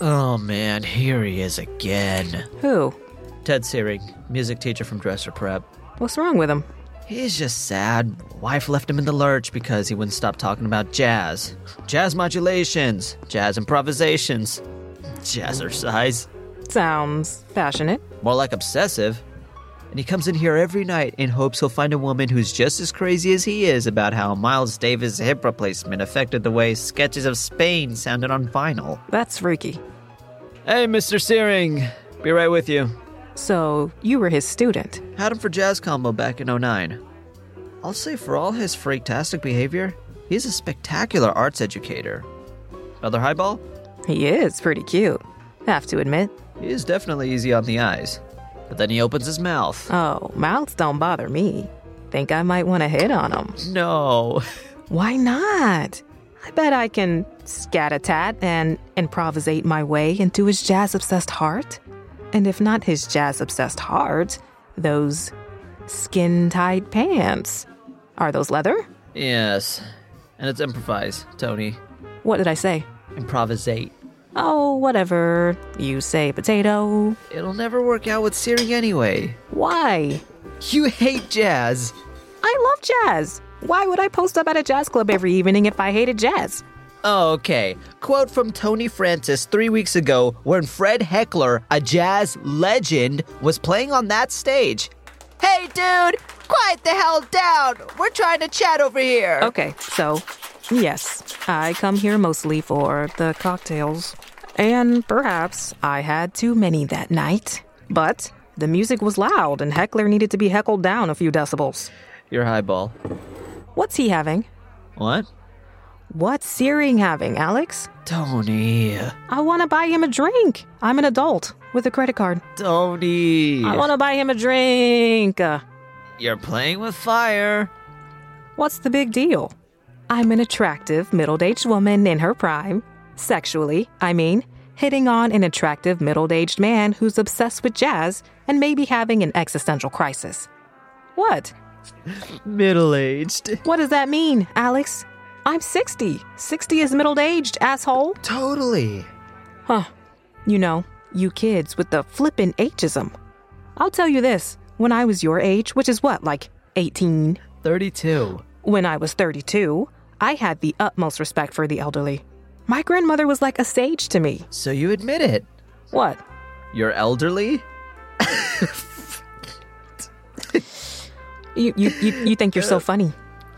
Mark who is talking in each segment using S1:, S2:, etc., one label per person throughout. S1: Oh man, here he is again.
S2: Who?
S1: Ted Searing, music teacher from Dresser Prep.
S2: What's wrong with him?
S1: He's just sad. Wife left him in the lurch because he wouldn't stop talking about jazz. Jazz modulations, jazz improvisations, jazzercise.
S2: Sounds passionate.
S1: More like obsessive. And he comes in here every night in hopes he'll find a woman who's just as crazy as he is about how Miles Davis' hip replacement affected the way sketches of Spain sounded on vinyl.
S2: That's freaky.
S1: Hey, Mr. Searing, be right with you.
S2: So, you were his student.
S1: Had him for Jazz Combo back in 09. I'll say for all his freaktastic behavior, he's a spectacular arts educator. Other highball?
S2: He is pretty cute. Have to admit.
S1: He is definitely easy on the eyes. But then he opens his mouth.
S2: Oh, mouths don't bother me. Think I might want to hit on him.
S1: No.
S2: Why not? I bet I can scat a tat and improvisate my way into his jazz obsessed heart. And if not his jazz obsessed heart, those skin tight pants. Are those leather?
S1: yes. And it's improvise, Tony.
S2: What did I say?
S1: Improvisate.
S2: Oh, whatever. You say potato.
S1: It'll never work out with Siri anyway.
S2: Why?
S1: You hate jazz.
S2: I love jazz. Why would I post up at a jazz club every evening if I hated jazz?
S1: Okay. Quote from Tony Francis three weeks ago when Fred Heckler, a jazz legend, was playing on that stage. Hey, dude, quiet the hell down. We're trying to chat over here.
S2: Okay, so, yes, I come here mostly for the cocktails. And perhaps I had too many that night. But the music was loud and Heckler needed to be heckled down a few decibels.
S1: Your highball.
S2: What's he having?
S1: What?
S2: What's Searing having, Alex?
S1: Tony.
S2: I want to buy him a drink. I'm an adult with a credit card.
S1: Tony.
S2: I want to buy him a drink. Uh,
S1: You're playing with fire.
S2: What's the big deal? I'm an attractive middle aged woman in her prime. Sexually, I mean, hitting on an attractive middle aged man who's obsessed with jazz and maybe having an existential crisis. What?
S1: Middle aged.
S2: What does that mean, Alex? I'm 60. 60 is middle aged, asshole.
S1: Totally.
S2: Huh. You know, you kids with the flippin' ageism. I'll tell you this when I was your age, which is what, like 18,
S1: 32.
S2: When I was 32, I had the utmost respect for the elderly. My grandmother was like a sage to me.
S1: So you admit it.
S2: What?
S1: You're elderly?
S2: You, you, you, you think you're so funny.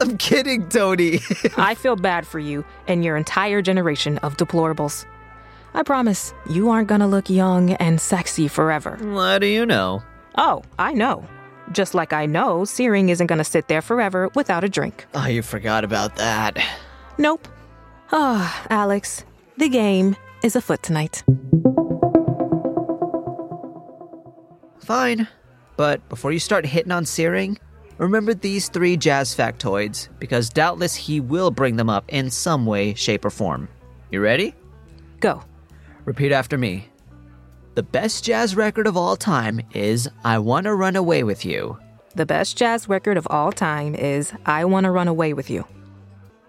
S1: I'm kidding, Tony.
S2: I feel bad for you and your entire generation of deplorables. I promise, you aren't gonna look young and sexy forever.
S1: How do you know?
S2: Oh, I know. Just like I know, Searing isn't gonna sit there forever without a drink.
S1: Oh, you forgot about that.
S2: Nope. Ah, Alex, the game is afoot tonight.
S1: Fine. But before you start hitting on Searing, remember these three jazz factoids, because doubtless he will bring them up in some way, shape, or form. You ready?
S2: Go.
S1: Repeat after me. The best jazz record of all time is I Wanna Run Away With You.
S2: The best jazz record of all time is I Want to Run Away with You.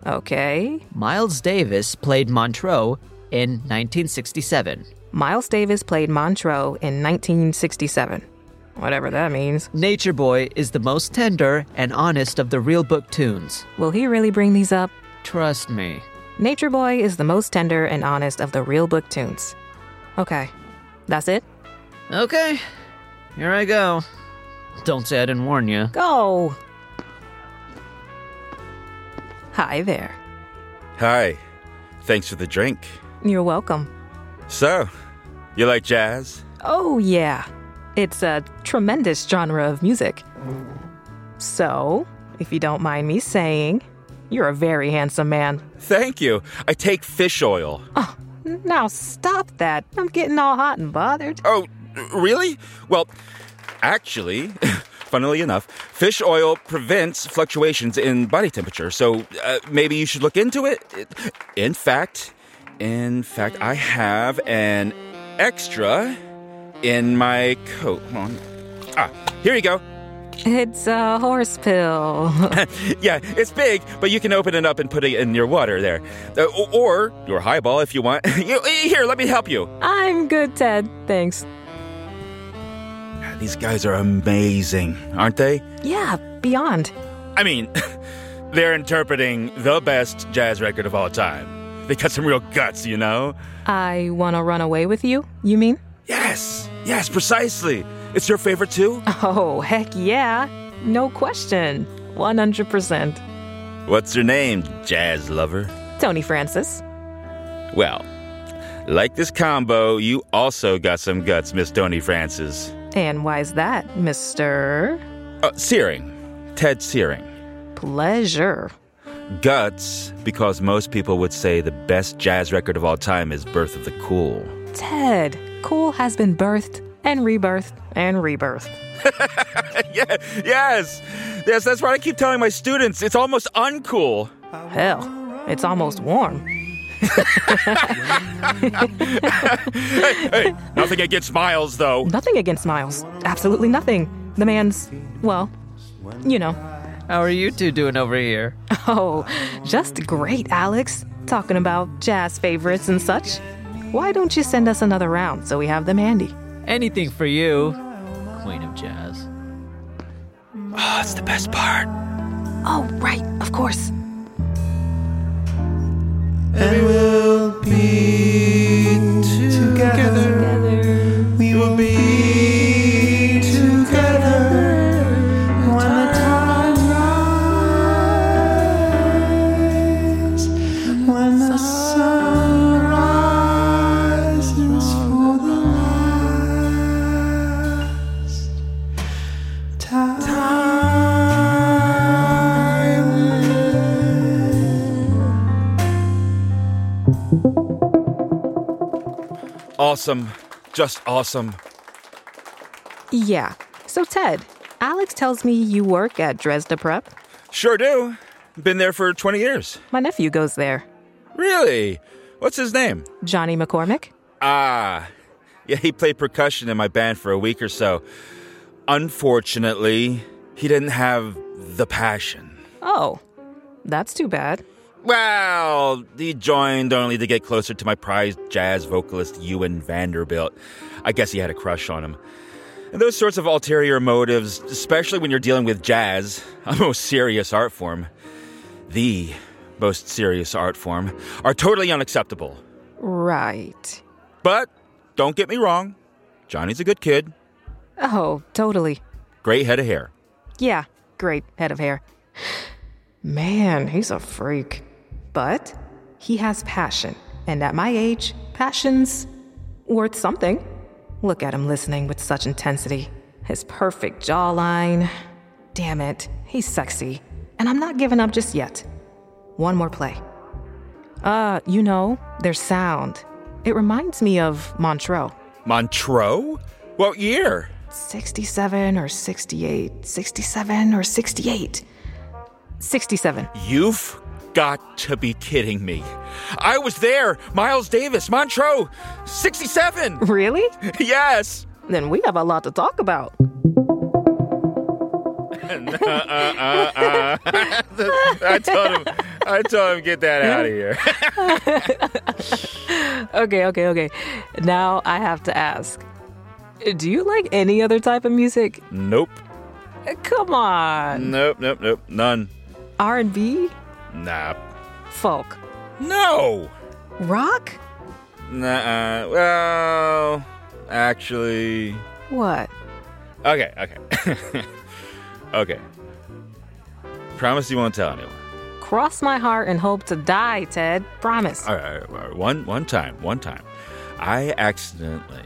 S2: Okay.
S1: Miles Davis played Montreux in 1967.
S2: Miles Davis played Montreux in 1967. Whatever that means.
S1: Nature Boy is the most tender and honest of the real book tunes.
S2: Will he really bring these up?
S1: Trust me.
S2: Nature Boy is the most tender and honest of the real book tunes. Okay. That's it?
S1: Okay, here I go. Don't say I didn't warn you.
S2: Go! Hi there.
S3: Hi. Thanks for the drink.
S2: You're welcome.
S3: So, you like jazz?
S2: Oh, yeah. It's a tremendous genre of music. So, if you don't mind me saying, You're a very handsome man.
S3: Thank you. I take fish oil.
S2: Now stop that. I'm getting all hot and bothered.
S3: Oh, really? Well, actually, funnily enough, fish oil prevents fluctuations in body temperature, so uh, maybe you should look into it. In fact, in fact, I have an extra in my coat. Hold on. Ah, here you go.
S2: It's a horse pill.
S3: Yeah, it's big, but you can open it up and put it in your water there. Uh, o- or your highball if you want. You- Here, let me help you.
S2: I'm good, Ted. Thanks.
S3: These guys are amazing, aren't they?
S2: Yeah, beyond.
S3: I mean, they're interpreting the best jazz record of all time. They got some real guts, you know?
S2: I want to run away with you, you mean?
S3: Yes, yes, precisely. It's your favorite too?
S2: Oh, heck yeah. No question. 100%.
S3: What's your name, jazz lover?
S2: Tony Francis.
S3: Well, like this combo, you also got some guts, Miss Tony Francis.
S2: And why is that, Mr.
S3: Uh, Searing, Ted Searing.
S2: Pleasure?
S3: Guts, because most people would say the best jazz record of all time is Birth of the Cool.
S2: Ted, Cool has been birthed and rebirthed and rebirthed.
S3: yeah, yes, yes, that's what I keep telling my students. It's almost uncool.
S2: Hell, it's almost warm.
S3: Hey, nothing against smiles, though.
S2: Nothing against Miles. Absolutely nothing. The man's, well, you know.
S1: How are you two doing over here?
S2: Oh, just great, Alex. Talking about jazz favorites and such. Why don't you send us another round so we have them handy?
S1: Anything for you, Queen of Jazz.
S3: That's the best part.
S2: Oh, right, of course.
S3: Awesome, just awesome.
S2: Yeah. So, Ted, Alex tells me you work at Dresda Prep.
S3: Sure do. Been there for 20 years.
S2: My nephew goes there.
S3: Really? What's his name?
S2: Johnny McCormick?
S3: Ah, yeah, he played percussion in my band for a week or so. Unfortunately, he didn't have the passion.
S2: Oh, that's too bad.
S3: Well, he joined only to get closer to my prized jazz vocalist Ewan Vanderbilt. I guess he had a crush on him. And those sorts of ulterior motives, especially when you're dealing with jazz, a most serious art form, the most serious art form, are totally unacceptable.
S2: Right.
S3: But don't get me wrong, Johnny's a good kid,
S2: Oh, totally.
S3: great head of hair.
S2: Yeah, great head of hair. Man, he's a freak. But he has passion. And at my age, passion's worth something. Look at him listening with such intensity. His perfect jawline. Damn it, he's sexy. And I'm not giving up just yet. One more play. Uh, you know, their sound. It reminds me of Montreux.
S3: Montreux? What year?
S2: 67 or 68, 67 or 68. 67.
S3: You've got to be kidding me. I was there, Miles Davis, Montreux, 67.
S2: Really?
S3: yes.
S2: Then we have a lot to talk about.
S3: Uh, I told him, I told him, get that out of here.
S2: Okay, okay, okay. Now I have to ask Do you like any other type of music?
S3: nope.
S2: Uh, Come on.
S3: Nope, nope, nope. None.
S2: R&B,
S3: Nah.
S2: folk,
S3: No.
S2: rock?
S3: Nah. Well, actually.
S2: What?
S3: Okay, okay. okay. Promise you won't tell anyone.
S2: Cross my heart and hope to die, Ted. Promise.
S3: All right, all right, all right. One, one time, one time, I accidentally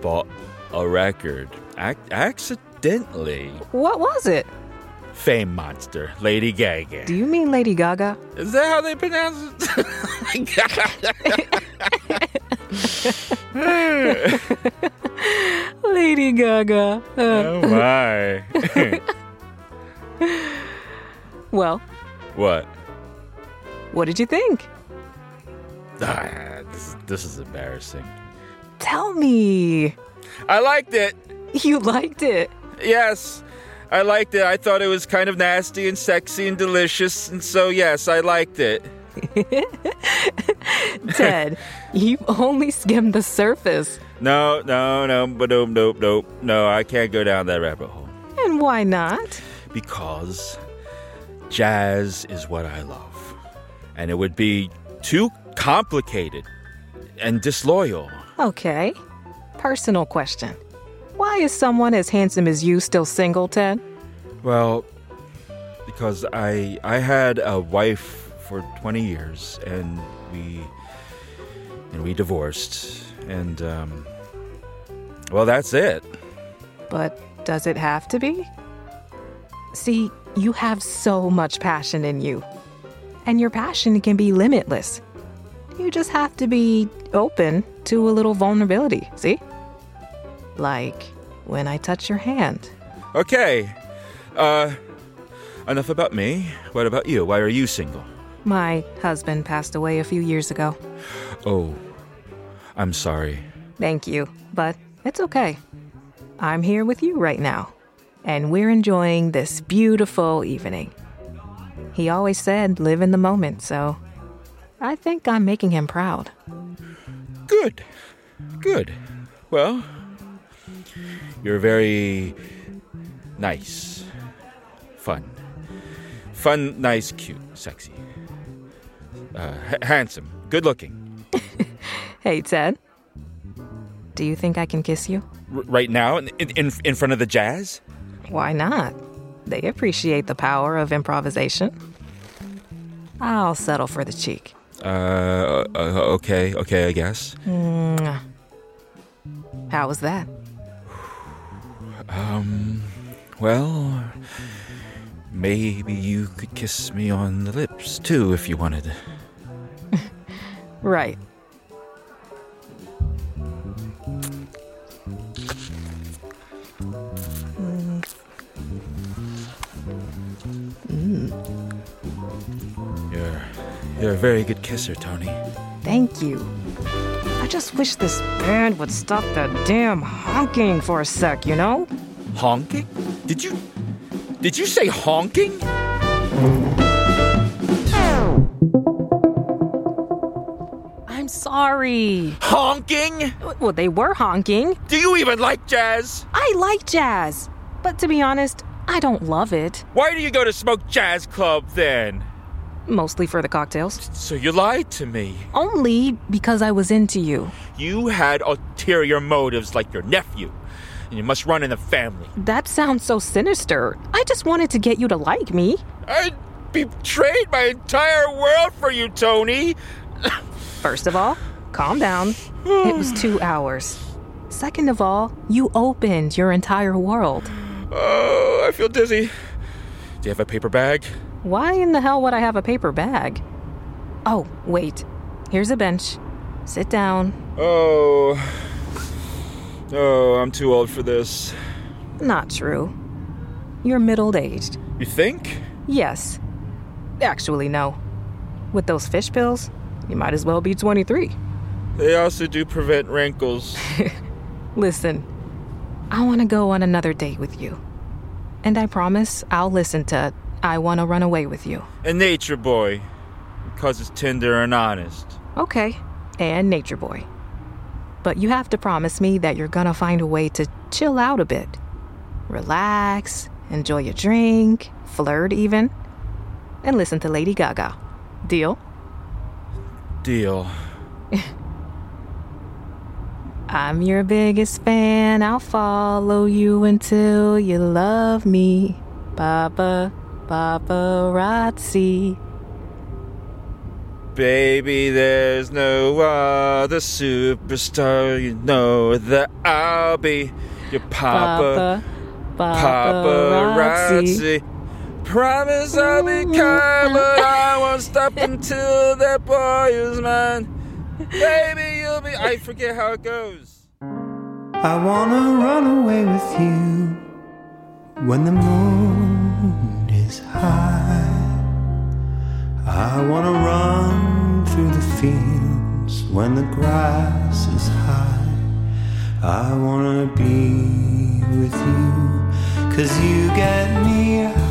S3: bought a record. Ac- accidentally,
S2: What was it?
S3: fame monster, Lady Gaga.
S2: Do you mean Lady Gaga?
S3: Is that how they pronounce it?
S2: Lady Gaga. Uh,
S3: oh my.
S2: well,
S3: what?
S2: what did you think?
S3: Ah, this, is- this is embarrassing.
S2: Tell me.
S3: I liked it.
S2: You liked it.
S3: Yes, I liked it. I thought it was kind of nasty and sexy and delicious, and so yes, I liked it.
S2: Ted, you only skimmed the surface.
S3: No, no, no, but nope, nope, nope. No, I can't go down that rabbit hole
S2: And why not?
S3: because jazz is what I love, and it would be too complicated and disloyal.
S2: Okay. Personal question. Why is someone as handsome as you still single, Ted?
S3: Well, because I I had a wife for 20 years and we and we divorced and um well, that's it.
S2: But does it have to be? See, you have so much passion in you. And your passion can be limitless. You just have to be open to a little vulnerability, see? Like when I touch your hand.
S3: Okay. Uh enough about me. What about you? Why are you single?
S2: My husband passed away a few years ago.
S3: Oh. I'm sorry.
S2: Thank you, but it's okay. I'm here with you right now, and we're enjoying this beautiful evening. He always said, live in the moment, so I think I'm making him proud.
S3: Good. Good. Well, you're very nice. Fun. Fun, nice, cute, sexy. Uh, h- handsome. Good looking.
S2: Hey, Ted, do you think I can kiss you?
S3: R- right now, in, in, in front of the jazz?
S2: Why not? They appreciate the power of improvisation. I'll settle for the cheek.
S3: Uh, uh, okay, okay, I guess.
S2: How was that?
S3: Well, maybe you could kiss me on the lips too if you wanted.
S2: Right.
S3: You're, you're a very good kisser, Tony.
S2: Thank you. I just wish this band would stop that damn honking for a sec, you know?
S3: Honking? Did you Did you say honking?
S2: I'm sorry.
S3: Honking?
S2: Well, they were honking.
S3: Do you even like jazz?
S2: I like jazz, but to be honest, I don't love it.
S3: Why do you go to smoke jazz club then?
S2: Mostly for the cocktails.
S3: So you lied to me.
S2: Only because I was into you.
S3: You had ulterior motives like your nephew. And you must run in the family.
S2: That sounds so sinister. I just wanted to get you to like me.
S3: I betrayed my entire world for you, Tony.
S2: First of all, calm down. It was two hours. Second of all, you opened your entire world.
S3: Oh, I feel dizzy. Do you have a paper bag?
S2: Why in the hell would I have a paper bag? Oh, wait. Here's a bench. Sit down.
S3: Oh. Oh, I'm too old for this.
S2: Not true. You're middle aged.
S3: You think?
S2: Yes. Actually, no. With those fish pills, you might as well be 23.
S3: They also do prevent wrinkles.
S2: Listen, I want to go on another date with you. And I promise I'll listen to I Want to Run Away with You.
S3: and Nature Boy, because it's tender and honest.
S2: Okay. And Nature Boy. But you have to promise me that you're gonna find a way to chill out a bit. Relax, enjoy your drink, flirt even, and listen to Lady Gaga. Deal?
S3: Deal.
S2: I'm your biggest fan. I'll follow you until you love me. Papa, paparazzi.
S3: Baby, there's no other superstar. You know that I'll be your papa,
S2: Papa, paparazzi.
S3: paparazzi. promise I'll be kind, but I won't stop until that boy is mine. Baby, you'll be. I forget how it goes.
S4: I wanna run away with you when the moon is high. I wanna run through the fields when the grass is high. I wanna be with you, cause you get me